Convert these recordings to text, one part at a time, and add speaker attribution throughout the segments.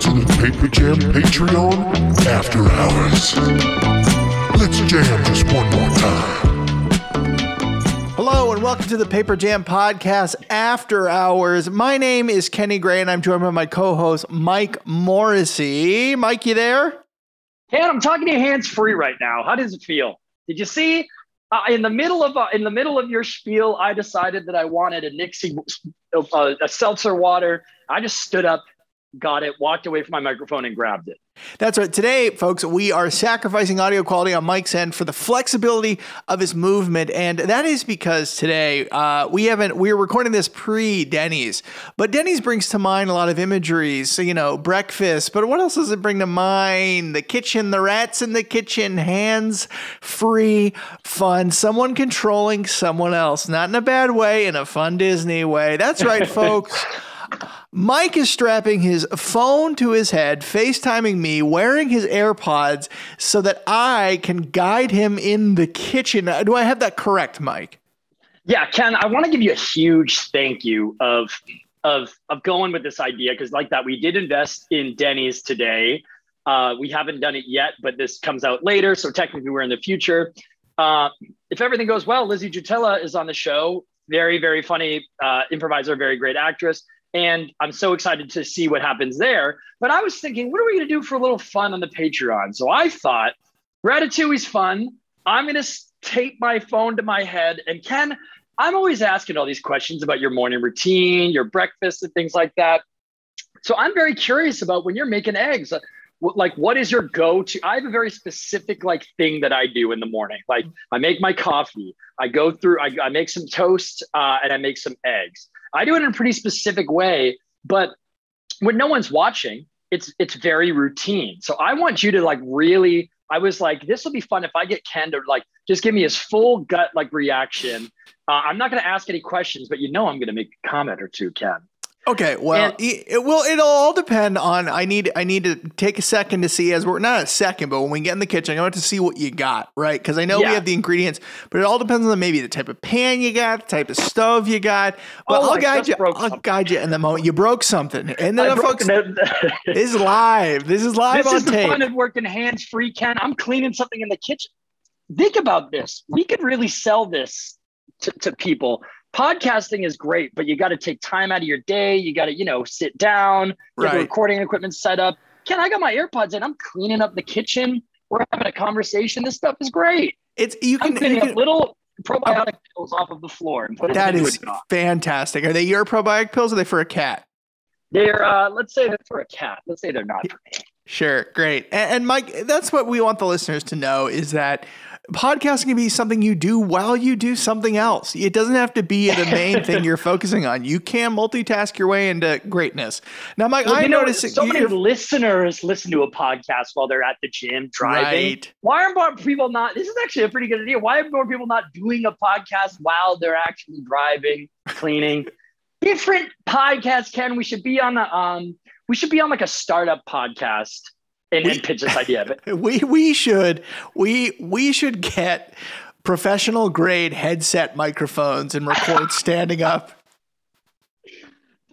Speaker 1: Traffic Jam Patreon After Hours. Let's jam just one more time.
Speaker 2: Hello and welcome to the Paper Jam Podcast After Hours. My name is Kenny Gray and I'm joined by my co-host Mike Morrissey. Mike, you there?
Speaker 3: And I'm talking to you hands free right now. How does it feel? Did you see? Uh, in the middle of uh, in the middle of your spiel, I decided that I wanted a Nixie, uh, a seltzer water. I just stood up, got it, walked away from my microphone, and grabbed it.
Speaker 2: That's right. Today, folks, we are sacrificing audio quality on Mike's end for the flexibility of his movement, and that is because today uh, we haven't. We're recording this pre Denny's, but Denny's brings to mind a lot of imageries. So you know, breakfast. But what else does it bring to mind? The kitchen, the rats in the kitchen, hands free, fun. Someone controlling someone else, not in a bad way, in a fun Disney way. That's right, folks. Mike is strapping his phone to his head, FaceTiming me, wearing his AirPods so that I can guide him in the kitchen. Uh, Do I have that correct, Mike?
Speaker 3: Yeah, Ken, I want to give you a huge thank you of of of going with this idea because like that we did invest in Denny's today. Uh, we haven't done it yet, but this comes out later, so technically we're in the future. Uh, if everything goes well, Lizzie Jutella is on the show. Very very funny uh, improviser, very great actress, and I'm so excited to see what happens there. But I was thinking, what are we going to do for a little fun on the Patreon? So I thought Ratatouille's fun. I'm going to tape my phone to my head, and Ken. I'm always asking all these questions about your morning routine, your breakfast, and things like that. So I'm very curious about when you're making eggs. uh, wh- Like, what is your go-to? I have a very specific like thing that I do in the morning. Like, I make my coffee. I go through. I, I make some toast uh, and I make some eggs. I do it in a pretty specific way, but when no one's watching, it's it's very routine. So I want you to like really. I was like, this will be fun if I get Ken to like just give me his full gut like reaction uh, I'm not going to ask any questions, but you know I'm going to make a comment or two, Ken.
Speaker 2: Okay, well,
Speaker 3: And-
Speaker 2: it, it will. It'll all depend on. I need. I need to take a second to see as we're not a second, but when we get in the kitchen, I want to see what you got, right? Because I know
Speaker 3: Yeah.
Speaker 2: we have the ingredients, but it all depends on maybe the type of pan you got, the type of stove you got. But
Speaker 3: Oh,
Speaker 2: I'll
Speaker 3: I
Speaker 2: guide
Speaker 3: just
Speaker 2: you.
Speaker 3: broke
Speaker 2: I'll
Speaker 3: something.
Speaker 2: guide you in the moment. You broke something, and
Speaker 3: I
Speaker 2: then
Speaker 3: broke
Speaker 2: folks,
Speaker 3: the-
Speaker 2: this is live. This is live
Speaker 3: this
Speaker 2: on
Speaker 3: is the
Speaker 2: tape.
Speaker 3: fun of working hands free, Ken. I'm cleaning something in the kitchen. Think about this. We could really sell this to, to people. Podcasting is great, but you got to take time out of your day. You got to, you know, sit down, get the
Speaker 2: Right.
Speaker 3: recording equipment set up. Ken, I got my AirPods in. I'm cleaning up the kitchen. We're having a conversation. This stuff is great.
Speaker 2: It's you
Speaker 3: I'm
Speaker 2: can.
Speaker 3: cleaning
Speaker 2: you
Speaker 3: up
Speaker 2: can
Speaker 3: little probiotic pills off of the floor and putting
Speaker 2: that
Speaker 3: them into
Speaker 2: is
Speaker 3: a jar.
Speaker 2: fantastic. Are they your probiotic pills? Or are they for a cat?
Speaker 3: They're uh, let's say they're for a cat. Let's say they're not for me.
Speaker 2: Sure, great. And, and Mike, that's what we want the listeners to know is that podcasting can be something you do while you do something else. It doesn't have to be the main thing you're focusing on. You can multitask your way into greatness. Now, Mike,
Speaker 3: Well,
Speaker 2: I
Speaker 3: you know,
Speaker 2: noticed
Speaker 3: so many
Speaker 2: you're-
Speaker 3: listeners listen to a podcast while they're at the gym driving.
Speaker 2: right.
Speaker 3: Why are more people not? This is actually a pretty good idea. Why are more people not doing a podcast while they're actually driving, cleaning? Different podcasts, Ken. We should be on a um, we should be on like a startup podcast and, and pitch this idea. But
Speaker 2: We we should we we should get professional grade headset microphones and record standing up.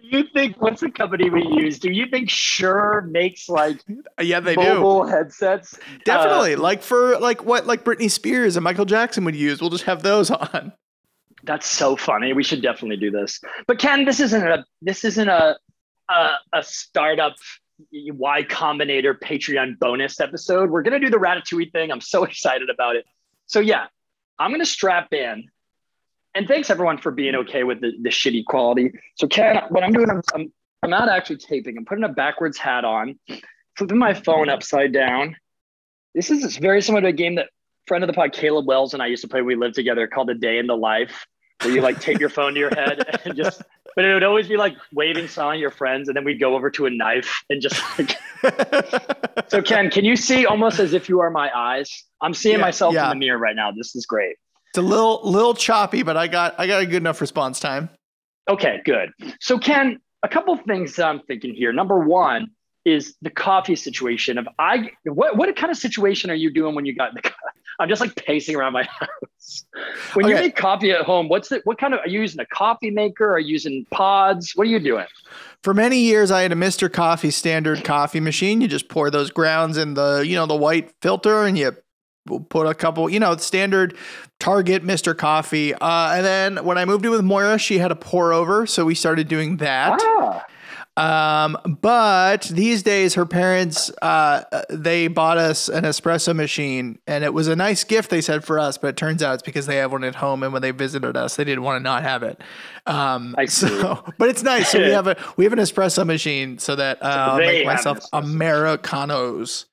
Speaker 3: do you think what's the company we use? Do you think Sure makes like
Speaker 2: Yeah, they do.
Speaker 3: mobile headsets?
Speaker 2: Definitely. like for like what like Britney Spears and Michael Jackson would use. We'll just have those on.
Speaker 3: That's so funny. We should definitely do this. But Ken, this isn't a this isn't a a, a startup Y Combinator Patreon bonus episode. We're gonna do the Ratatouille thing. I'm so excited about it. So yeah, I'm gonna strap in. And thanks everyone for being okay with the, the shitty quality. So Ken, what I'm doing, I'm, I'm I'm not actually taping. I'm putting a backwards hat on, flipping my phone upside down. This is very similar to a game that friend of the pod Caleb Wells and I used to play when we lived together called The Day in the Life, where you like tape your phone to your head and just but it would always be like waving song your friends and then we'd go over to a knife and just like so Ken, can you see almost as if you are my eyes? I'm seeing
Speaker 2: Yeah,
Speaker 3: myself
Speaker 2: yeah.
Speaker 3: in the mirror right now. This is great.
Speaker 2: It's a little little choppy, but I got I got a good enough response time.
Speaker 3: Okay, good. So, Ken, a couple of things that I'm thinking here. Number one is the coffee situation. Of I, what what kind of situation are you doing when you got in the? co- I'm just like pacing around my house. When you
Speaker 2: Okay.
Speaker 3: make coffee at home, what's the what kind of? Are you using a coffee maker? Are you using pods? What are you doing?
Speaker 2: For many years, I had a Mr. Coffee standard coffee machine. You just pour those grounds in the, you know, the white filter and you put a couple, you know, standard Target Mr. Coffee. Uh, and then when I moved in with Moira, she had a pour over. So we started doing that.
Speaker 3: Ah,
Speaker 2: Um, but these days, her parents uh, they bought us an espresso machine, and it was a nice gift they said for us. But it turns out it's because they have one at home, and when they visited us, they didn't want to not have it. Um,
Speaker 3: I see.
Speaker 2: so, but it's nice. So we have a we have an espresso machine so that uh, I'll
Speaker 3: They
Speaker 2: make
Speaker 3: have an
Speaker 2: myself
Speaker 3: espresso machine.
Speaker 2: americanos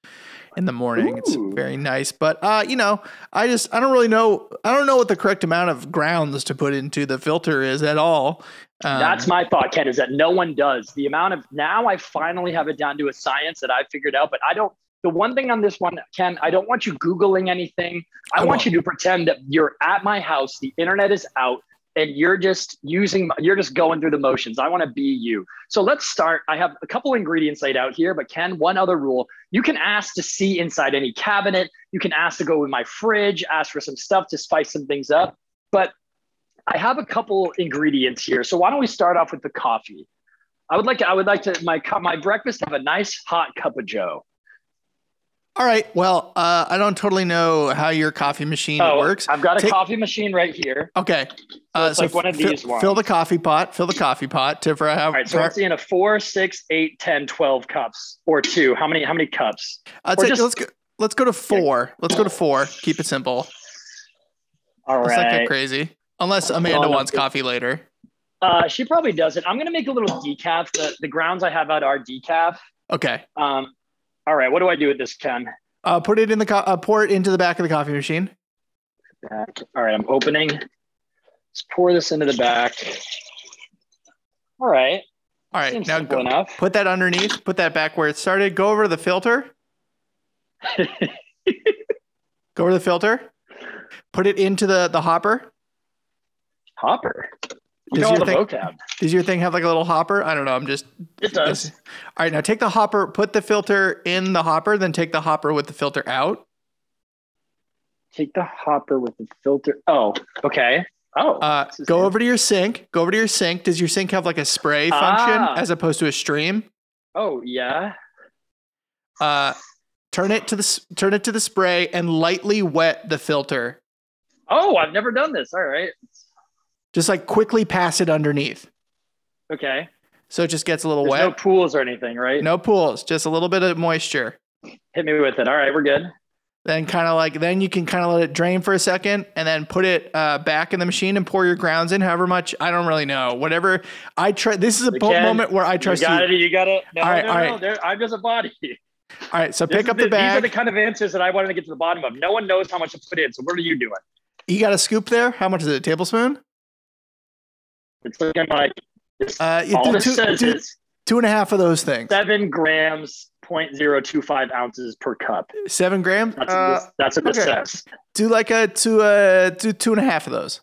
Speaker 2: in the morning. It's
Speaker 3: Ooh.
Speaker 2: very nice, but uh, you know, I just I don't really know I don't know what the correct amount of grounds to put into the filter is at all. Um,
Speaker 3: that's my thought, Ken, is that no one does. The amount of now I finally have it down to a science that I figured out, but I don't. The one thing on this one, Ken, I don't want you Googling anything. I,
Speaker 2: I
Speaker 3: want
Speaker 2: won't.
Speaker 3: you to pretend that you're at my house, the internet is out, and you're just using, you're just going through the motions. I want to be you. So let's start. I have a couple ingredients laid out here, but Ken, one other rule you can ask to see inside any cabinet. You can ask to go in my fridge, ask for some stuff to spice some things up. But I have a couple ingredients here. So why don't we start off with the coffee? I would like to, I would like to, my, cu- my breakfast have a nice hot cup of Joe.
Speaker 2: All right. Well, uh, I don't totally know how your coffee machine
Speaker 3: oh,
Speaker 2: works.
Speaker 3: I've got a
Speaker 2: Take-
Speaker 3: coffee machine right here.
Speaker 2: Okay. Uh,
Speaker 3: it's like one of
Speaker 2: fi-
Speaker 3: these ones.
Speaker 2: Fill the coffee pot. Fill the coffee pot. To for how,
Speaker 3: All right. So I'm seeing a four, six, eight, 10, 12 cups or two. How many, how many cups?
Speaker 2: I'd
Speaker 3: or
Speaker 2: say
Speaker 3: just-
Speaker 2: let's go. Let's go to four. Let's go to four. Keep it simple.
Speaker 3: All
Speaker 2: Let's not
Speaker 3: right. Oh,
Speaker 2: go crazy. Unless Amanda
Speaker 3: no,
Speaker 2: wants
Speaker 3: good.
Speaker 2: coffee later.
Speaker 3: Uh, she probably doesn't. I'm going to make a little decaf. The, the grounds I have out are decaf.
Speaker 2: Okay.
Speaker 3: Um, all right. What do I do with this, Ken?
Speaker 2: Uh, put it in the co- uh, pour it into the back of the coffee machine.
Speaker 3: back. All right, I'm opening. Let's pour this into the back. All right,
Speaker 2: All right.
Speaker 3: seems
Speaker 2: now
Speaker 3: simple
Speaker 2: go,
Speaker 3: enough.
Speaker 2: put that underneath. Put that back where it started. Go over to the filter. go over to the filter. Put it into the the hopper.
Speaker 3: Hopper. You
Speaker 2: Does
Speaker 3: know all
Speaker 2: your
Speaker 3: the
Speaker 2: thing-
Speaker 3: vocab.
Speaker 2: Does your thing have like a little hopper? I don't know. I'm just
Speaker 3: It does.
Speaker 2: All right, now take the hopper, put the filter in the hopper, then take the hopper with the filter out.
Speaker 3: Take the hopper with the filter. Oh, okay. Oh,
Speaker 2: Uh,
Speaker 3: this is
Speaker 2: go
Speaker 3: new.
Speaker 2: over to your sink. Go over to your sink. Does your sink have like a spray function
Speaker 3: Ah.
Speaker 2: as opposed to a stream?
Speaker 3: Oh yeah.
Speaker 2: Uh, turn it to the s- turn it to the spray and lightly wet the filter.
Speaker 3: Oh, I've never done this. All right.
Speaker 2: Just like quickly pass it underneath,
Speaker 3: Okay.
Speaker 2: so it just gets a little
Speaker 3: There's no
Speaker 2: wet.
Speaker 3: pools or anything, right?
Speaker 2: no pools, just a little bit of moisture.
Speaker 3: Hit me with it. All right, we're good.
Speaker 2: then kind of like then you can kind of let it drain for a second and then put it uh, back in the machine and pour your grounds in however much i don't really know whatever i try this is a po-
Speaker 3: Again,
Speaker 2: moment where i trust
Speaker 3: you
Speaker 2: you,
Speaker 3: got it. You got it. No,
Speaker 2: All right,
Speaker 3: no,
Speaker 2: all
Speaker 3: no.
Speaker 2: right.
Speaker 3: there- I'm just a body.
Speaker 2: all right so
Speaker 3: This
Speaker 2: pick
Speaker 3: is
Speaker 2: up the
Speaker 3: These are
Speaker 2: bag
Speaker 3: the kind of answers that I wanted to get to the bottom of. No one knows how much to put in. So what are you doing?
Speaker 2: you got a scoop there how much is it a tablespoon
Speaker 3: It's looking like this,
Speaker 2: uh you
Speaker 3: all
Speaker 2: do
Speaker 3: this
Speaker 2: two,
Speaker 3: says
Speaker 2: two-
Speaker 3: is
Speaker 2: two and a half of those things
Speaker 3: seven grams, 0.025 ounces per cup.
Speaker 2: seven grams
Speaker 3: That's
Speaker 2: Uh,
Speaker 3: what this, that's what this
Speaker 2: okay.
Speaker 3: says.
Speaker 2: do like a two uh do two and a half of those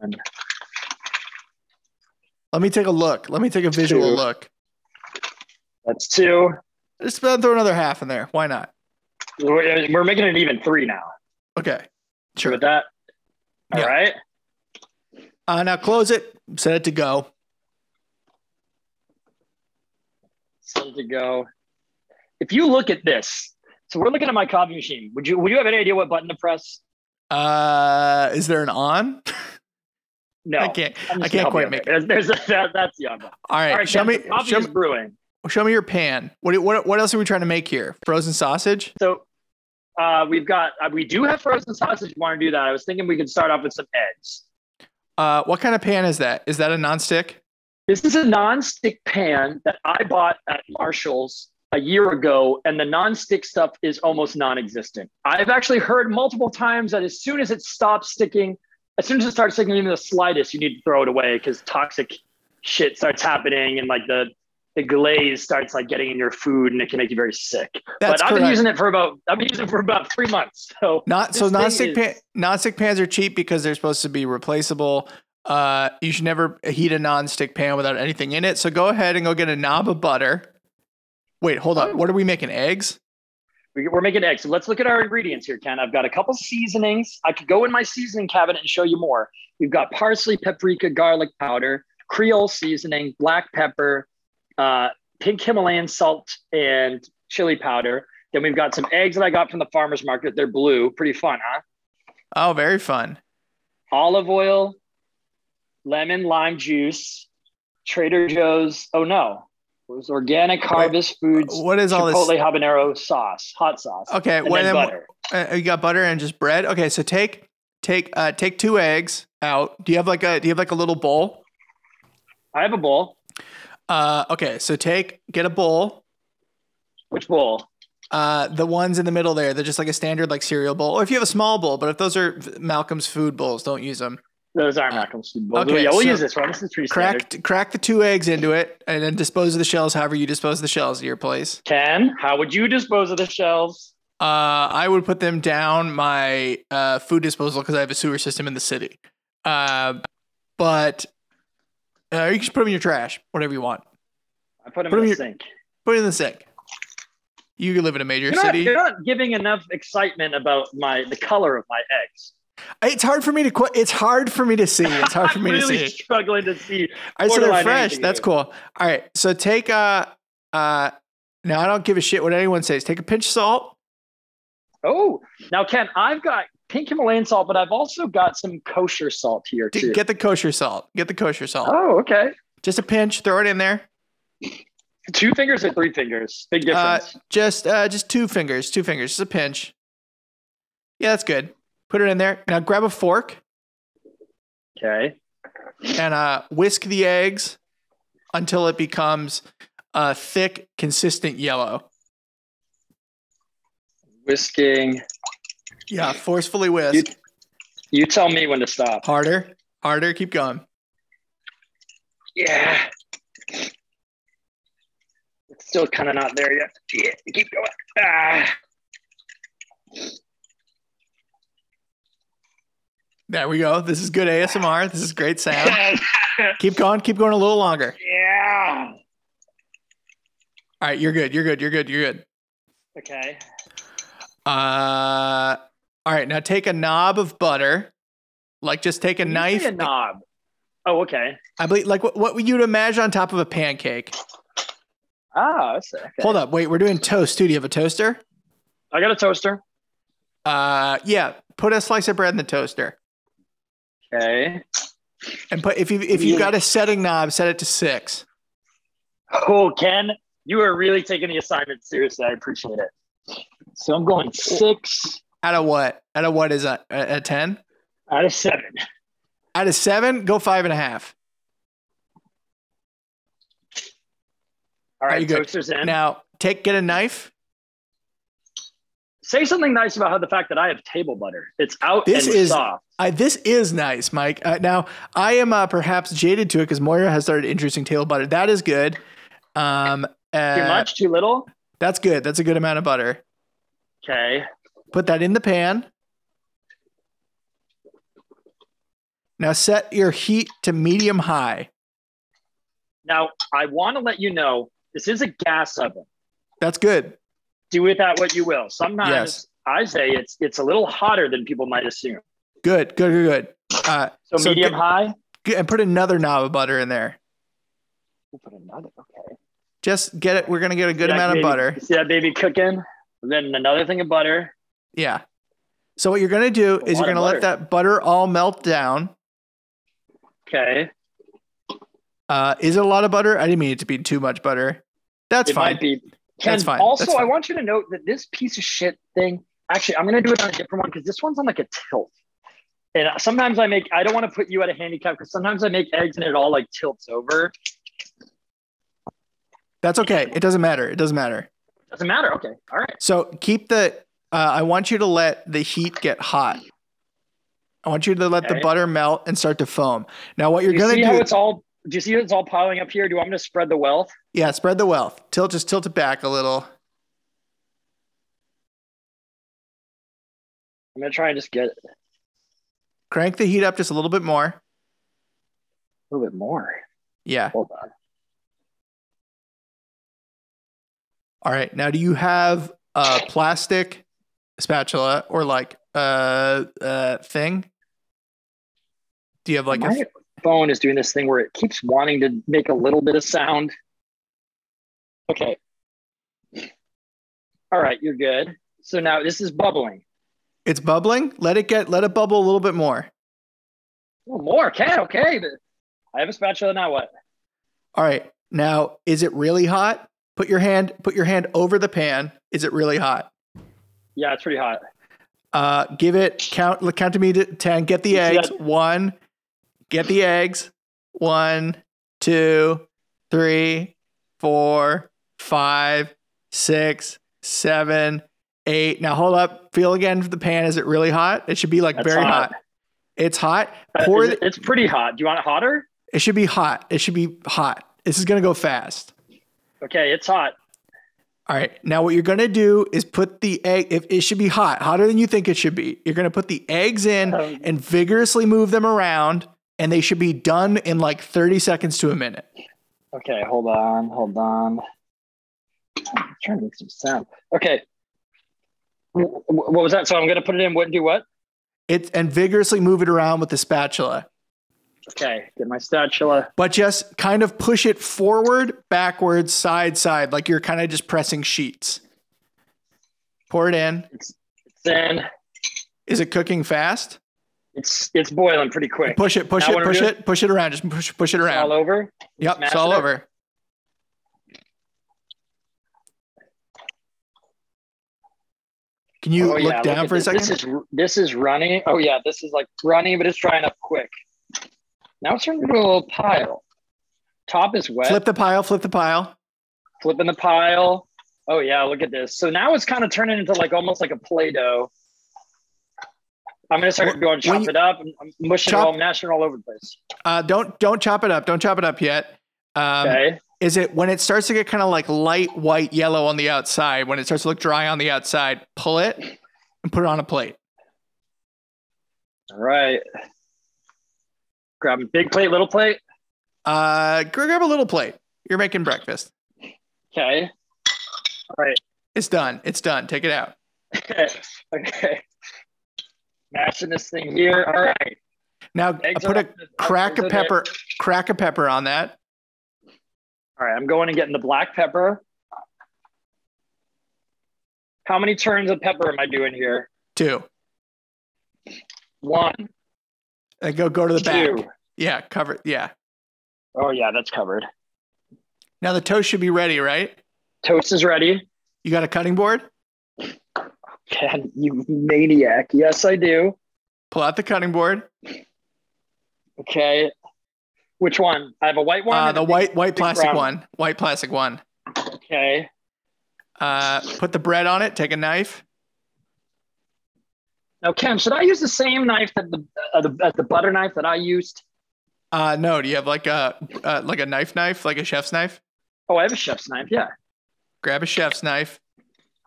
Speaker 3: One.
Speaker 2: let me take a look let me take a visual
Speaker 3: Two.
Speaker 2: look
Speaker 3: That's two.
Speaker 2: just throw another half in there why not
Speaker 3: We're we're making it even three now.
Speaker 2: okay
Speaker 3: Sure.
Speaker 2: sure
Speaker 3: With that, all
Speaker 2: Yeah.
Speaker 3: right.
Speaker 2: uh now close it set it to go
Speaker 3: Set to go. If you look at this, so we're looking at my coffee machine. Would you would you have any idea what button to press?
Speaker 2: Uh, is there an on?
Speaker 3: No.
Speaker 2: I can't.
Speaker 3: I'm just
Speaker 2: I can't
Speaker 3: gonna help
Speaker 2: quite
Speaker 3: you
Speaker 2: make it.
Speaker 3: there. There's, there's that, that's the other.
Speaker 2: All right,
Speaker 3: All right,
Speaker 2: show
Speaker 3: Ken,
Speaker 2: me.
Speaker 3: the coffee
Speaker 2: Show,
Speaker 3: is
Speaker 2: me-
Speaker 3: brewing.
Speaker 2: show me your pan. What, do- what? What else are we trying to make here? Frozen sausage.
Speaker 3: So uh, we've got uh, we do have frozen sausage. If you want to do that? I was thinking we could start off with some eggs.
Speaker 2: Uh, what kind of pan is that? Is that a nonstick?
Speaker 3: This is a nonstick pan that I bought at Marshall's a year ago, and the nonstick stuff is almost non-existent. I've actually heard multiple times that as soon as it stops sticking, as soon as it starts sticking even the slightest, you need to throw it away because toxic shit starts happening and like the the glaze starts like getting in your food and it can make you very sick.
Speaker 2: That's
Speaker 3: but I've
Speaker 2: correct.
Speaker 3: been using it for about I've been using it for about three months. So
Speaker 2: Not so
Speaker 3: this
Speaker 2: nonstick
Speaker 3: thing is-
Speaker 2: pan. Nonstick pans are cheap because they're supposed to be replaceable. Uh, you should never heat a nonstick pan without anything in it. So go ahead and go get a knob of butter. Wait, hold
Speaker 3: Oh.
Speaker 2: on. What are we making? Eggs?
Speaker 3: We- We're making eggs. So let's look at our ingredients here, Ken. I've got a couple seasonings. I could go in my seasoning cabinet and show you more. We've got parsley, paprika, garlic powder, Creole seasoning, black pepper, uh, pink Himalayan salt, and chili powder. Then we've got some eggs that I got from the farmer's market. They're blue. Pretty fun, huh?
Speaker 2: Oh, very fun.
Speaker 3: Olive oil, lemon, lime juice, Trader Joe's. Oh, no. It was organic harvest foods.
Speaker 2: What is all
Speaker 3: Chipotle
Speaker 2: this?
Speaker 3: habanero sauce, hot sauce.
Speaker 2: Okay,
Speaker 3: and
Speaker 2: well,
Speaker 3: then
Speaker 2: then-
Speaker 3: butter.
Speaker 2: Uh, you got butter and just bread. Okay, so take take uh take two eggs out. Do you have like a do you have like a little bowl?
Speaker 3: I have a bowl.
Speaker 2: Uh okay, so take get a bowl.
Speaker 3: Which bowl?
Speaker 2: Uh the ones in the middle there, they're just like a standard like cereal bowl or if you have a small bowl, but if those are v- Malcolm's food bowls, don't use them.
Speaker 3: Those are Malcolm's food bowls.
Speaker 2: okay,
Speaker 3: yeah, we'll
Speaker 2: so
Speaker 3: use this one. This is pretty standard.
Speaker 2: Crack crack the two eggs into it and then dispose of the shells however you dispose of the shells at your place.
Speaker 3: Ken, how would you dispose of the shells?
Speaker 2: Uh I would put them down my uh food disposal cuz I have a sewer system in the city. Uh but uh, you can just put them in your trash, whatever you want.
Speaker 3: I put them
Speaker 2: Put
Speaker 3: in
Speaker 2: 'em
Speaker 3: the
Speaker 2: here.
Speaker 3: sink.
Speaker 2: Put it in the sink. You live in a major
Speaker 3: You're not,
Speaker 2: city.
Speaker 3: you're not giving enough excitement about my the color of my eggs.
Speaker 2: It's hard for me to. Qu- it's hard for me to see. It's hard for me
Speaker 3: I'm really
Speaker 2: to see.
Speaker 3: struggling to see.
Speaker 2: All right, so they're
Speaker 3: borderline
Speaker 2: fresh.
Speaker 3: anything
Speaker 2: That's
Speaker 3: here.
Speaker 2: cool. All right, so take a. Uh, now I don't give a shit what anyone says. Take a pinch of salt.
Speaker 3: Oh, now Ken, I've got pink Himalayan salt, but I've also got some kosher salt here
Speaker 2: D-
Speaker 3: too.
Speaker 2: Get the kosher salt. Get the kosher salt.
Speaker 3: oh, okay.
Speaker 2: Just a pinch. Throw it in there.
Speaker 3: Two fingers or three fingers? Big
Speaker 2: Uh,
Speaker 3: difference.
Speaker 2: just uh, just two fingers. Two fingers. Just a pinch. Yeah, that's good. Put it in there. Now grab a fork
Speaker 3: okay.
Speaker 2: and uh, whisk the eggs until it becomes a thick, consistent yellow.
Speaker 3: Whisking.
Speaker 2: Yeah, forcefully whisk.
Speaker 3: You- You tell me when to stop.
Speaker 2: harder, harder, keep going.
Speaker 3: Yeah. It's still kind of not there yet. Yeah, keep going. Ah.
Speaker 2: There we go. This is good ASMR. This is great sound. keep going, keep going a little longer.
Speaker 3: yeah.
Speaker 2: All right, you're good. You're good. You're good. You're good.
Speaker 3: Okay.
Speaker 2: Uh all right, now take a knob of butter. Like just take a
Speaker 3: You
Speaker 2: knife.
Speaker 3: say A knob. Oh, okay.
Speaker 2: I believe like what, what you'd imagine on top of a pancake.
Speaker 3: Ah, that's okay.
Speaker 2: Hold up, wait, we're doing toast. Too. Do you have a toaster?
Speaker 3: I got a toaster.
Speaker 2: Uh yeah. Put a slice of bread in the toaster.
Speaker 3: Okay.
Speaker 2: And put if you if you've
Speaker 3: Yeah.
Speaker 2: got a setting knob, set it to six.
Speaker 3: Oh, Ken, you are really taking the assignment seriously. I appreciate it. So I'm going six
Speaker 2: Out of what? Out of what is that? A a ten?
Speaker 3: out of seven.
Speaker 2: Out of seven, go five and a half.
Speaker 3: All
Speaker 2: Are
Speaker 3: right,
Speaker 2: you good?
Speaker 3: toaster's in.
Speaker 2: Now take get a knife.
Speaker 3: Say something nice about how the fact that I have table butter. It's out
Speaker 2: This
Speaker 3: and
Speaker 2: is-
Speaker 3: soft.
Speaker 2: I, this is nice, Mike. Uh, now I am uh, perhaps jaded to it because Moira has started introducing tail butter. That is good. Um, uh,
Speaker 3: Too much, too little.
Speaker 2: That's good. That's a good amount of butter.
Speaker 3: Okay.
Speaker 2: Put that in the pan. Now set your heat to medium high.
Speaker 3: Now I want to let you know this is a gas oven.
Speaker 2: That's good.
Speaker 3: Do with that what you will. Sometimes
Speaker 2: Yes.
Speaker 3: I say it's it's a little hotter than people might assume.
Speaker 2: Good. Good. Good. Good. Uh,
Speaker 3: So,
Speaker 2: So
Speaker 3: medium
Speaker 2: get-
Speaker 3: high.
Speaker 2: good. And put another knob of butter in there.
Speaker 3: We'll put another. Okay.
Speaker 2: Just get it. We're gonna get a good
Speaker 3: See that
Speaker 2: amount of
Speaker 3: baby-
Speaker 2: butter.
Speaker 3: See that baby cooking? And then another thing of butter.
Speaker 2: Yeah. So what you're gonna do
Speaker 3: A
Speaker 2: is you're
Speaker 3: lot of
Speaker 2: gonna let
Speaker 3: butter.
Speaker 2: that butter all melt down.
Speaker 3: Okay.
Speaker 2: Uh, is it a lot of butter? I didn't mean it to be too much butter. That's
Speaker 3: it
Speaker 2: fine.
Speaker 3: might be. Ken,
Speaker 2: That's fine.
Speaker 3: Also,
Speaker 2: That's fine.
Speaker 3: I want you to note that this piece of shit thing. Actually, I'm gonna do it on a different one because this one's on like a tilt. And sometimes I make. I don't want to put you at a handicap because sometimes I make eggs and it all like tilts over.
Speaker 2: That's okay. It doesn't matter. It doesn't matter.
Speaker 3: Doesn't matter. Okay. All right.
Speaker 2: So keep the. Uh, I want you to let the heat get hot. I want you to let the
Speaker 3: Okay.
Speaker 2: butter melt and start to foam. Now what you're
Speaker 3: Do you
Speaker 2: gonna
Speaker 3: see
Speaker 2: do?
Speaker 3: how it's all? Do you see how it's all piling up here? Do you want me to spread the wealth?
Speaker 2: yeah, spread the wealth. Tilt just tilt it back a little.
Speaker 3: I'm gonna try and just get a
Speaker 2: Crank the heat up just a little bit more.
Speaker 3: little bit more.
Speaker 2: Yeah.
Speaker 3: Hold on.
Speaker 2: All right. Now do you have a plastic spatula or like a, a thing? Do you have like a
Speaker 3: My phone is doing this thing where it keeps wanting to make a little bit of sound. Okay. All right, you're good. So now this is bubbling.
Speaker 2: It's bubbling. Let it get. Let it bubble a little bit more.
Speaker 3: Oh, more. Okay, okay. I have a spatula. Now what?
Speaker 2: All right. Now, is it really hot? Put your hand. Put your hand over the pan. Is it really hot?
Speaker 3: Yeah, it's pretty hot.
Speaker 2: Uh, give it count. l- Count to me to ten. Get the
Speaker 3: Yeah.
Speaker 2: eggs. One. Get the eggs. One, two, three, four, five, six, seven, eight. Now hold up. Feel again for the pan. Is it really hot? It should be like
Speaker 3: That's
Speaker 2: very hot.
Speaker 3: hot.
Speaker 2: It's hot.
Speaker 3: Uh,
Speaker 2: Pour
Speaker 3: is
Speaker 2: the-
Speaker 3: it- it's pretty hot. Do you want it hotter?
Speaker 2: It should be hot. It should be hot. This is gonna go fast.
Speaker 3: Okay, it's hot.
Speaker 2: All right. Now what you're gonna do is put the egg. If it should be hot, hotter than you think it should be. You're gonna put the eggs in
Speaker 3: Um.
Speaker 2: and vigorously move them around, and they should be done in like 30 seconds to a minute.
Speaker 3: Okay, hold on, hold on. I'm trying to make some sound. Okay. Wh- wh- What was that? So I'm going to put it in. What do what?
Speaker 2: It's and vigorously move it around with the spatula,
Speaker 3: Okay, get my spatula.
Speaker 2: but just kind of push it forward, backwards, side, side, like you're kind of just pressing sheets. Pour it in.
Speaker 3: It's in.
Speaker 2: Is it cooking fast?
Speaker 3: It's it's boiling pretty quick.
Speaker 2: Push it, push it,
Speaker 3: Now what do we
Speaker 2: push
Speaker 3: do?
Speaker 2: it, push it around. Just push, push it around.
Speaker 3: all over.
Speaker 2: Yep,
Speaker 3: Smash
Speaker 2: it's all
Speaker 3: it up.
Speaker 2: over. Can you
Speaker 3: Oh,
Speaker 2: look
Speaker 3: yeah,
Speaker 2: down
Speaker 3: at
Speaker 2: for a
Speaker 3: this.
Speaker 2: second?
Speaker 3: This is r- this is running. Oh yeah, this is like running, but it's drying up quick. Now it's turning into a little pile. Top is wet.
Speaker 2: flip the pile, flip the pile.
Speaker 3: Flipping the pile. Oh yeah, look at this. So now it's kind of turning into like almost like a play-doh. I'm gonna start going chop
Speaker 2: you-
Speaker 3: it up. I'm- I'm mushing
Speaker 2: Chop-
Speaker 3: it all, mashing it all over the place.
Speaker 2: Uh, don't don't chop it up. Don't chop it up yet. Um,
Speaker 3: Okay.
Speaker 2: Is it when it starts to get kind of like light white yellow on the outside? When it starts to look dry on the outside, pull it and put it on a plate.
Speaker 3: all right. Grab a big plate, little plate.
Speaker 2: Uh, gr- grab a little plate. You're making breakfast.
Speaker 3: Okay. All right.
Speaker 2: It's done. It's done. Take it out.
Speaker 3: Okay. Okay. Mashing this thing here. All right.
Speaker 2: Now I
Speaker 3: Eggs
Speaker 2: put
Speaker 3: are
Speaker 2: a
Speaker 3: up to- up
Speaker 2: crack
Speaker 3: to
Speaker 2: a
Speaker 3: the-
Speaker 2: pepper, crack a pepper on that.
Speaker 3: All right. I'm going and getting the black pepper. How many turns of pepper am I doing here?
Speaker 2: Two.
Speaker 3: One,
Speaker 2: And Uh, go go to the back.
Speaker 3: two.
Speaker 2: Yeah, cover. Yeah.
Speaker 3: Oh yeah, that's covered.
Speaker 2: Now the toast should be ready, right?
Speaker 3: Toast is ready.
Speaker 2: You got a cutting board?
Speaker 3: Can you maniac? Yes, I do.
Speaker 2: Pull out the cutting board.
Speaker 3: Okay. Which one? I have a white one.
Speaker 2: Uh,
Speaker 3: and
Speaker 2: the
Speaker 3: a big-
Speaker 2: white white plastic
Speaker 3: brown.
Speaker 2: one. White plastic one.
Speaker 3: Okay.
Speaker 2: Uh, put the bread on it. Take a knife.
Speaker 3: Now, Ken, should I use the same knife that the uh, the, uh, the butter knife that I used?
Speaker 2: Uh, no, do you have like a uh, like a knife knife, like a chef's knife?
Speaker 3: Oh, I have a chef's knife. Yeah.
Speaker 2: Grab a chef's knife.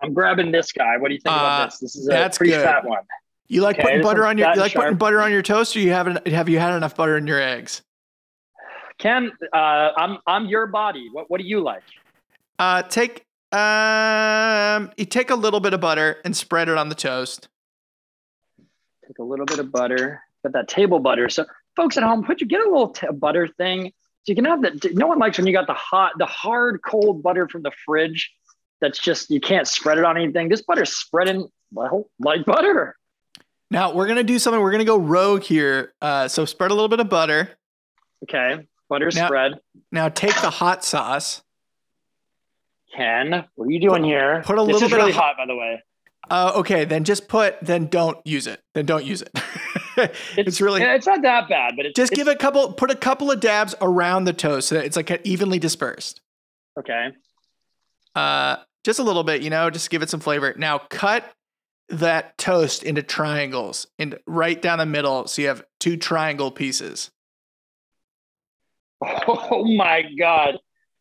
Speaker 3: I'm grabbing this guy. What do you think
Speaker 2: Uh,
Speaker 3: about this? This is a
Speaker 2: that's
Speaker 3: pretty
Speaker 2: good.
Speaker 3: fat one.
Speaker 2: You like
Speaker 3: Okay,
Speaker 2: putting
Speaker 3: this
Speaker 2: butter
Speaker 3: one's
Speaker 2: on your
Speaker 3: fat
Speaker 2: you
Speaker 3: and
Speaker 2: like putting
Speaker 3: sharp.
Speaker 2: butter on your toast, or you haven't have you had enough butter in your eggs?
Speaker 3: Ken, uh, I'm I'm your body. What what do you like?
Speaker 2: Uh, take um, you take a little bit of butter and spread it on the toast.
Speaker 3: Take a little bit of butter. Got that table butter. So, folks at home, could you get a little t- butter thing? So you can have that. No one likes when you got the hot, the hard, cold butter from the fridge. That's just you can't spread it on anything. This butter's spreading well like butter.
Speaker 2: Now we're gonna do something. We're gonna go rogue here. Uh, so spread a little bit of butter.
Speaker 3: Okay, butter
Speaker 2: Now-
Speaker 3: spread.
Speaker 2: Now take the hot sauce.
Speaker 3: Ken, what are you doing here?
Speaker 2: put a
Speaker 3: This
Speaker 2: little
Speaker 3: is
Speaker 2: bit of
Speaker 3: really
Speaker 2: hot-
Speaker 3: hot, by the way.
Speaker 2: Uh, okay, then just put. Then don't use it. Then don't use it. it's, really
Speaker 3: Yeah, it's not that bad, but it's
Speaker 2: just
Speaker 3: it's-
Speaker 2: give a couple. Put a couple of dabs around the toast so that it's like evenly dispersed.
Speaker 3: okay.
Speaker 2: Uh, just a little bit, you know. Just give it some flavor. Now cut that toast into triangles and right down the middle, so you have two triangle pieces.
Speaker 3: Oh my god!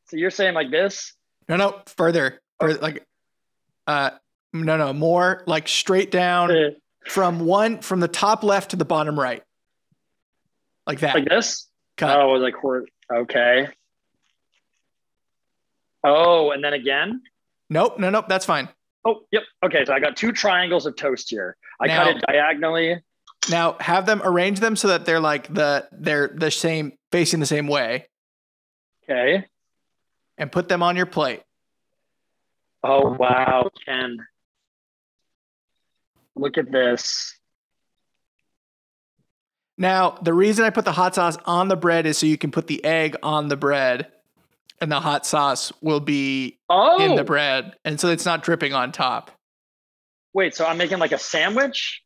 Speaker 3: So you're saying like this?
Speaker 2: No, no, further or like, uh, no, no, more like straight down
Speaker 3: Uh,
Speaker 2: from one from the top left to the bottom right, like that.
Speaker 3: Like this?
Speaker 2: cut.
Speaker 3: Oh, like hor- okay. Oh, and then again?
Speaker 2: Nope, no, nope, that's fine.
Speaker 3: Oh, yep. Okay, so I got two triangles of toast here. I
Speaker 2: Now-
Speaker 3: cut it diagonally.
Speaker 2: Now have them arrange them so that they're like the they're the same facing the same way,
Speaker 3: Okay.
Speaker 2: and put them on your plate.
Speaker 3: Oh wow, Ken. Look at this.
Speaker 2: Now the reason I put the hot sauce on the bread is so you can put the egg on the bread, and the hot sauce will be in
Speaker 3: Oh,
Speaker 2: the bread, and so it's not dripping on top.
Speaker 3: wait. So I'm making like a sandwich.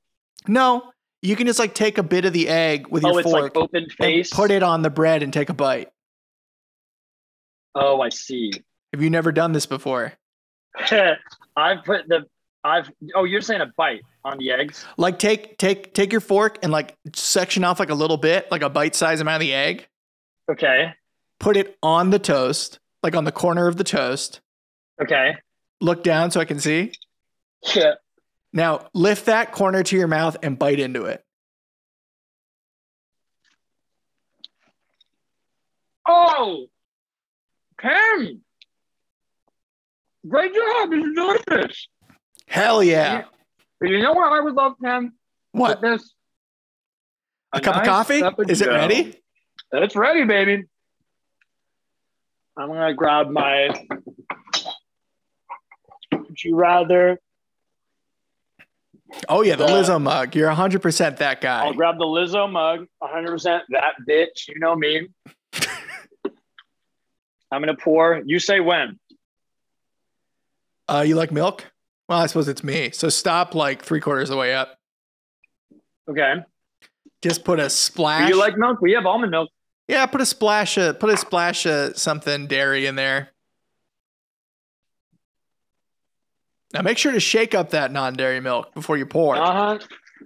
Speaker 2: No, you can just like take a bit of the egg with
Speaker 3: Oh,
Speaker 2: your
Speaker 3: it's
Speaker 2: fork
Speaker 3: like open
Speaker 2: and
Speaker 3: face.
Speaker 2: put it on the bread and take a bite.
Speaker 3: Oh, I see.
Speaker 2: Have you never done this before?
Speaker 3: I've put the. I've. Oh, you're saying a bite on the eggs.
Speaker 2: Like take take take your fork and like section off like a little bit, like a bite-sized amount of the egg,
Speaker 3: Okay.
Speaker 2: put it on the toast, like on the corner of the toast.
Speaker 3: Okay.
Speaker 2: Look down so I can see.
Speaker 3: Yeah.
Speaker 2: Now lift that corner to your mouth and bite into it.
Speaker 3: Oh, Ken. Great job. This is delicious.
Speaker 2: Hell yeah.
Speaker 3: But you know what I would love, Ken?
Speaker 2: What?
Speaker 3: With this.
Speaker 2: A cup of
Speaker 3: nice
Speaker 2: coffee?
Speaker 3: cup of
Speaker 2: Is it
Speaker 3: Joe.
Speaker 2: ready?
Speaker 3: It's ready, baby. I'm gonna grab my. Would you rather?
Speaker 2: Oh yeah, the
Speaker 3: Uh,
Speaker 2: Lizzo mug. You're 100% that
Speaker 3: I'll
Speaker 2: guy.
Speaker 3: grab the Lizzo mug, 100%. That bitch, you know me. I'm gonna pour. You say when?
Speaker 2: Uh, you like milk? Well, I suppose it's me. So stop like three quarters of the way up.
Speaker 3: Okay.
Speaker 2: Just put a
Speaker 3: Do
Speaker 2: splash.
Speaker 3: you like milk? We have almond milk.
Speaker 2: Yeah, put a splash of put a splash of something dairy in there. Now make sure to shake up that non-dairy milk before you pour.
Speaker 3: Uh huh.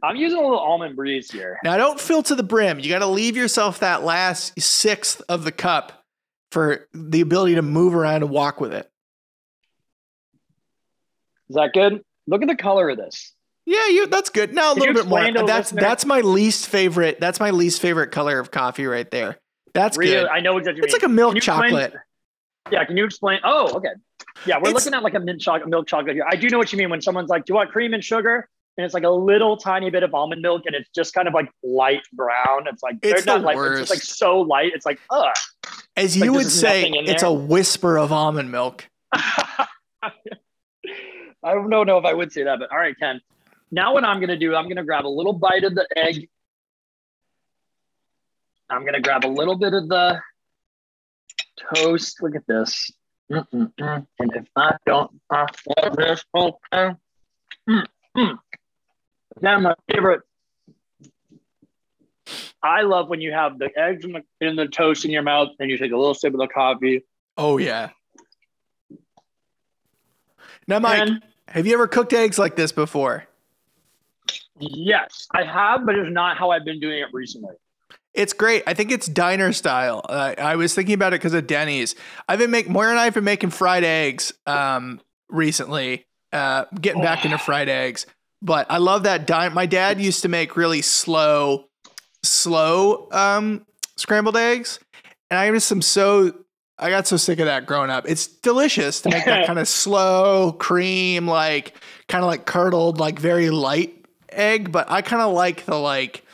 Speaker 3: I'm using a little almond breeze here.
Speaker 2: Now don't fill to the brim. You got to leave yourself that last sixth of the cup for the ability to move around and walk with it.
Speaker 3: Is that good? Look at the color of this.
Speaker 2: Yeah, you that's good. Now a
Speaker 3: Can
Speaker 2: little
Speaker 3: you
Speaker 2: bit more.
Speaker 3: explain to the
Speaker 2: That's
Speaker 3: listener-
Speaker 2: that's my least favorite. That's my least favorite color of coffee right there. That's
Speaker 3: Really,
Speaker 2: good.
Speaker 3: I know exactly. what
Speaker 2: It's
Speaker 3: you
Speaker 2: like a
Speaker 3: mean.
Speaker 2: milk
Speaker 3: Can you explain-
Speaker 2: chocolate.
Speaker 3: Yeah, can you explain? Oh, okay. Yeah, we're
Speaker 2: It's-
Speaker 3: looking at like a mint chocolate, milk chocolate here. I do know what you mean when someone's like, "Do you want cream and sugar?" And it's like a little tiny bit of almond milk, and it's just kind of like light brown. It's like
Speaker 2: It's
Speaker 3: they're not
Speaker 2: the
Speaker 3: like it's just like so light. It's like ugh.
Speaker 2: As you
Speaker 3: Like,
Speaker 2: would
Speaker 3: there's
Speaker 2: say,
Speaker 3: nothing in
Speaker 2: it's
Speaker 3: there.
Speaker 2: a whisper of almond milk.
Speaker 3: I don't know if I would say that, but all right, Ken. Now what I'm gonna do? I'm gonna grab a little bite of the egg. I'm gonna grab a little bit of the toast. Look at this. Mm-mm-mm. And if I don't, I love this whole thing. Mm-mm. Now my favorite. I love when you have the eggs in the, in the toast in your mouth, and you take a little sip of the coffee.
Speaker 2: Oh yeah. Now, Mike,
Speaker 3: Ken,
Speaker 2: have you ever cooked eggs like this before?
Speaker 3: Yes, I have, but it's not how I've been doing it recently.
Speaker 2: It's great. I think it's diner style. Uh, I was thinking about it because of Denny's. I've been making Moira and I have been making fried eggs um, recently. Uh, getting back into fried eggs, but I love that dime. My dad used to make really slow, slow um, scrambled eggs, and I just am so I got so sick of that growing up. It's delicious to make that kind of slow cream, like kind of like curdled, like very light egg. But I kind of like the like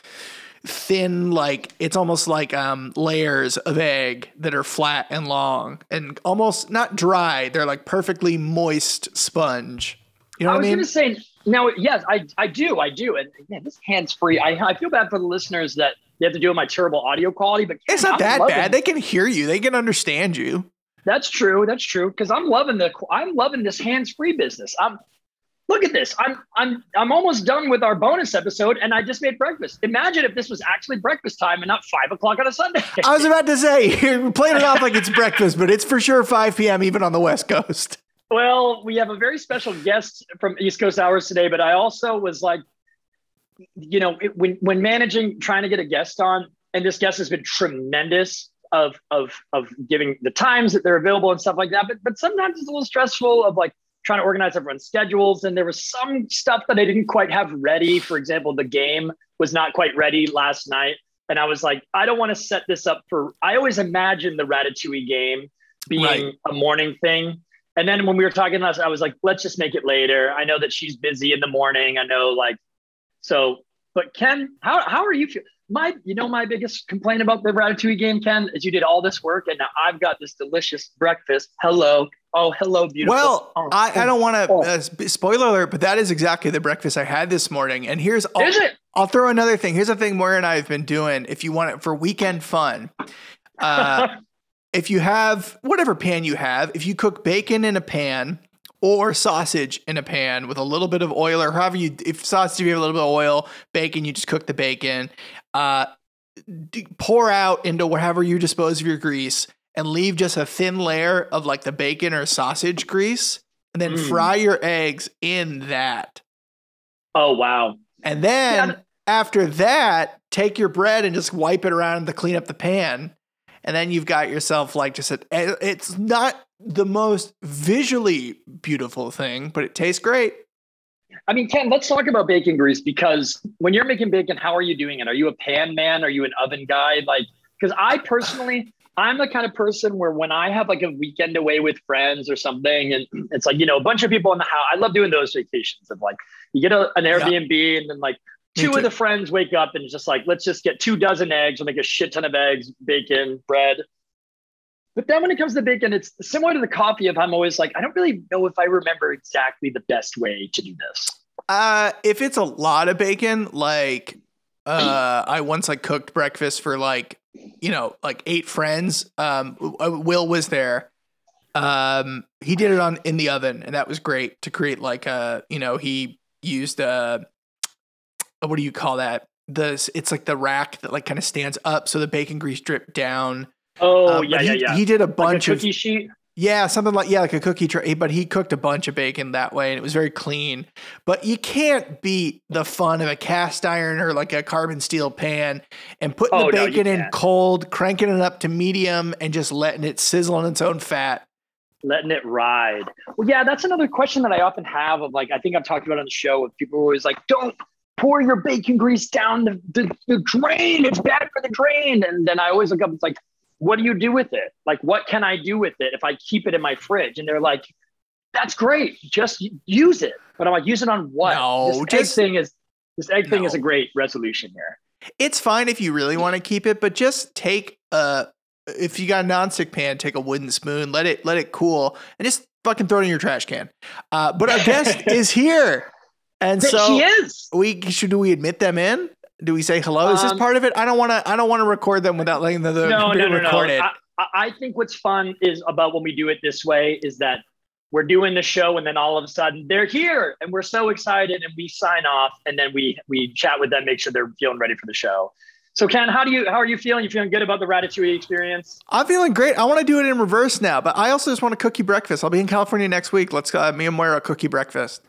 Speaker 2: thin, like it's almost like um layers of egg that are flat and long and almost not dry. They're like perfectly moist sponge. You know
Speaker 3: I
Speaker 2: what I
Speaker 3: was
Speaker 2: mean?
Speaker 3: going to say, now, yes, I, I do, I do, and man, this hands free. I, I feel bad for the listeners that they have to deal with my terrible audio quality, but
Speaker 2: It's not
Speaker 3: I'm
Speaker 2: that
Speaker 3: loving-
Speaker 2: bad. They can hear you. They can understand you.
Speaker 3: That's true. That's true. Because I'm loving the I'm loving this hands free business. I'm look at this. I'm I'm I'm almost done with our bonus episode, and I just made breakfast. Imagine if this was actually breakfast time and not five o'clock on a Sunday.
Speaker 2: I was about to say you're playing it off like it's breakfast, but it's for sure 5 p.m. even on the West Coast.
Speaker 3: Well, we have a very special guest from East Coast Hours today, but I also was like, you know, it, when when managing trying to get a guest on, and this guest has been tremendous of of of giving the times that they're available and stuff like that. But but sometimes it's a little stressful of like trying to organize everyone's schedules, and there was some stuff that I didn't quite have ready. For example, the game was not quite ready last night, and I was like, I don't want to set this up for. I always imagine the Ratatouille game being
Speaker 2: Right.
Speaker 3: a morning thing And then when we were talking last, I was like, let's just make it later. I know that she's busy in the morning. I know, like, so. But Ken, how how are you? feel- My, you know, my biggest complaint about the Ratatouille game, Ken, is you did all this work, and now I've got this delicious breakfast. Hello, oh, hello, beautiful.
Speaker 2: Well,
Speaker 3: Oh,
Speaker 2: I, I don't want to
Speaker 3: oh.
Speaker 2: uh, sp- spoiler alert, but that is exactly the breakfast I had this morning. And here's all,
Speaker 3: Is it?
Speaker 2: I'll throw another thing. Here's a thing Moira and I have been doing. If you want it for weekend fun, uh, if you have whatever pan you have, if you cook bacon in a pan or sausage in a pan with a little bit of oil or however you, if sausage you have a little bit of oil, bacon you just cook the bacon, uh, d- pour out into wherever you dispose of your grease and leave just a thin layer of like the bacon or sausage grease, and then
Speaker 3: Mm.
Speaker 2: fry your eggs in that.
Speaker 3: oh wow.
Speaker 2: And then
Speaker 3: Yeah,
Speaker 2: after that, take your bread and just wipe it around to clean up the pan. And then you've got yourself like just a, it's not the most visually beautiful thing, but it tastes great.
Speaker 3: I mean, Ken, let's talk about bacon grease because when you're making bacon, how are you doing it? Are you a pan man? Are you an oven guy? Like, because I personally, I'm the kind of person where when I have like a weekend away with friends or something, and it's like, you know, a bunch of people in the house, I love doing those vacations of like, you get a, an Airbnb and then like
Speaker 2: Me
Speaker 3: two
Speaker 2: too.
Speaker 3: of the friends wake up and it's just like, let's just get two dozen eggs, we'll make a shit ton of eggs, bacon, bread. But then when it comes to bacon, it's similar to the coffee of I'm always like, I don't really know if I remember exactly the best way to do this.
Speaker 2: Uh, if it's a lot of bacon, like uh, I once like cooked breakfast for like you know like eight friends. Um, w- uh, Will was there. Um, he did it on in the oven, and that was great to create like a you know he used uh what do you call that? The it's like the rack that like kind of stands up so the bacon grease dripped down.
Speaker 3: Oh
Speaker 2: Um,
Speaker 3: yeah,
Speaker 2: but
Speaker 3: yeah,
Speaker 2: he,
Speaker 3: yeah.
Speaker 2: He did a
Speaker 3: Like a
Speaker 2: bunch of
Speaker 3: cookie sheet.
Speaker 2: yeah, something like yeah, like a cookie tray. But he cooked a bunch of bacon that way, and it was very clean. But you can't beat the fun of a cast iron or like a carbon steel pan and putting
Speaker 3: Oh,
Speaker 2: the
Speaker 3: no, you
Speaker 2: bacon in
Speaker 3: can't.
Speaker 2: cold, cranking it up to medium, and just letting it sizzle in its own fat.
Speaker 3: letting it ride. Well, yeah, that's another question that I often have of like, I think I've talked about it on the show of people who are always like, don't pour your bacon grease down the, the, the drain. It's bad for the drain. And then I always look up, it's like, what do you do with it? Like, what can I do with it if I keep it in my fridge? And they're like, that's great. Just u- use it. But I'm like, use it on what?
Speaker 2: No,
Speaker 3: this egg
Speaker 2: just-
Speaker 3: thing is, this egg thing
Speaker 2: No.
Speaker 3: is a great resolution here.
Speaker 2: It's fine if you really want to keep it, but just take a if you got a nonstick pan, take a wooden spoon, let it let it cool, and just fucking throw it in your trash can. Uh, but our guest is here, and
Speaker 3: That
Speaker 2: so
Speaker 3: she is.
Speaker 2: we should do we admit them in? Do we say hello? Is this
Speaker 3: Um,
Speaker 2: part of it? I don't want to. I don't want to record them without letting them be recorded.
Speaker 3: I, I- I think what's fun is about when we do it this way is that we're doing the show and then all of a sudden they're here and we're so excited and we sign off and then we we chat with them, make sure they're feeling ready for the show. So Ken, how do you how are you feeling? You feeling good about the Ratatouille experience?
Speaker 2: I, am feeling great. I want to do it in reverse now, but I also just want a cookie breakfast. I'll be in California next week. Let's go. Me and Moira cookie breakfast.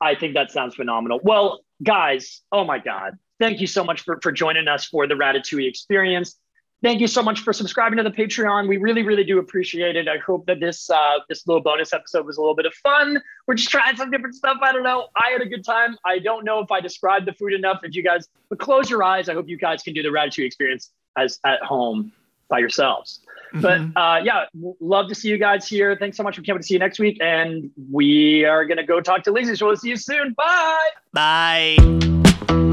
Speaker 3: I think that sounds phenomenal. Well, guys, oh my God. Thank you so much for, for joining us for the Ratatouille experience. Thank you so much for subscribing to the Patreon. We really, really do appreciate it. I hope that this uh, this little bonus episode was a little bit of fun. We're just trying some different stuff. I don't know. I had a good time. I don't know if I described the food enough. If you guys, but close your eyes. I hope you guys can do the Ratatouille experience as at home by yourselves.
Speaker 2: Mhm.
Speaker 3: But uh, yeah, w- love to see you guys here. Thanks so much for coming to see you next week. And we are going to go talk to Lizzie. So we'll see you soon. Bye.
Speaker 2: bye.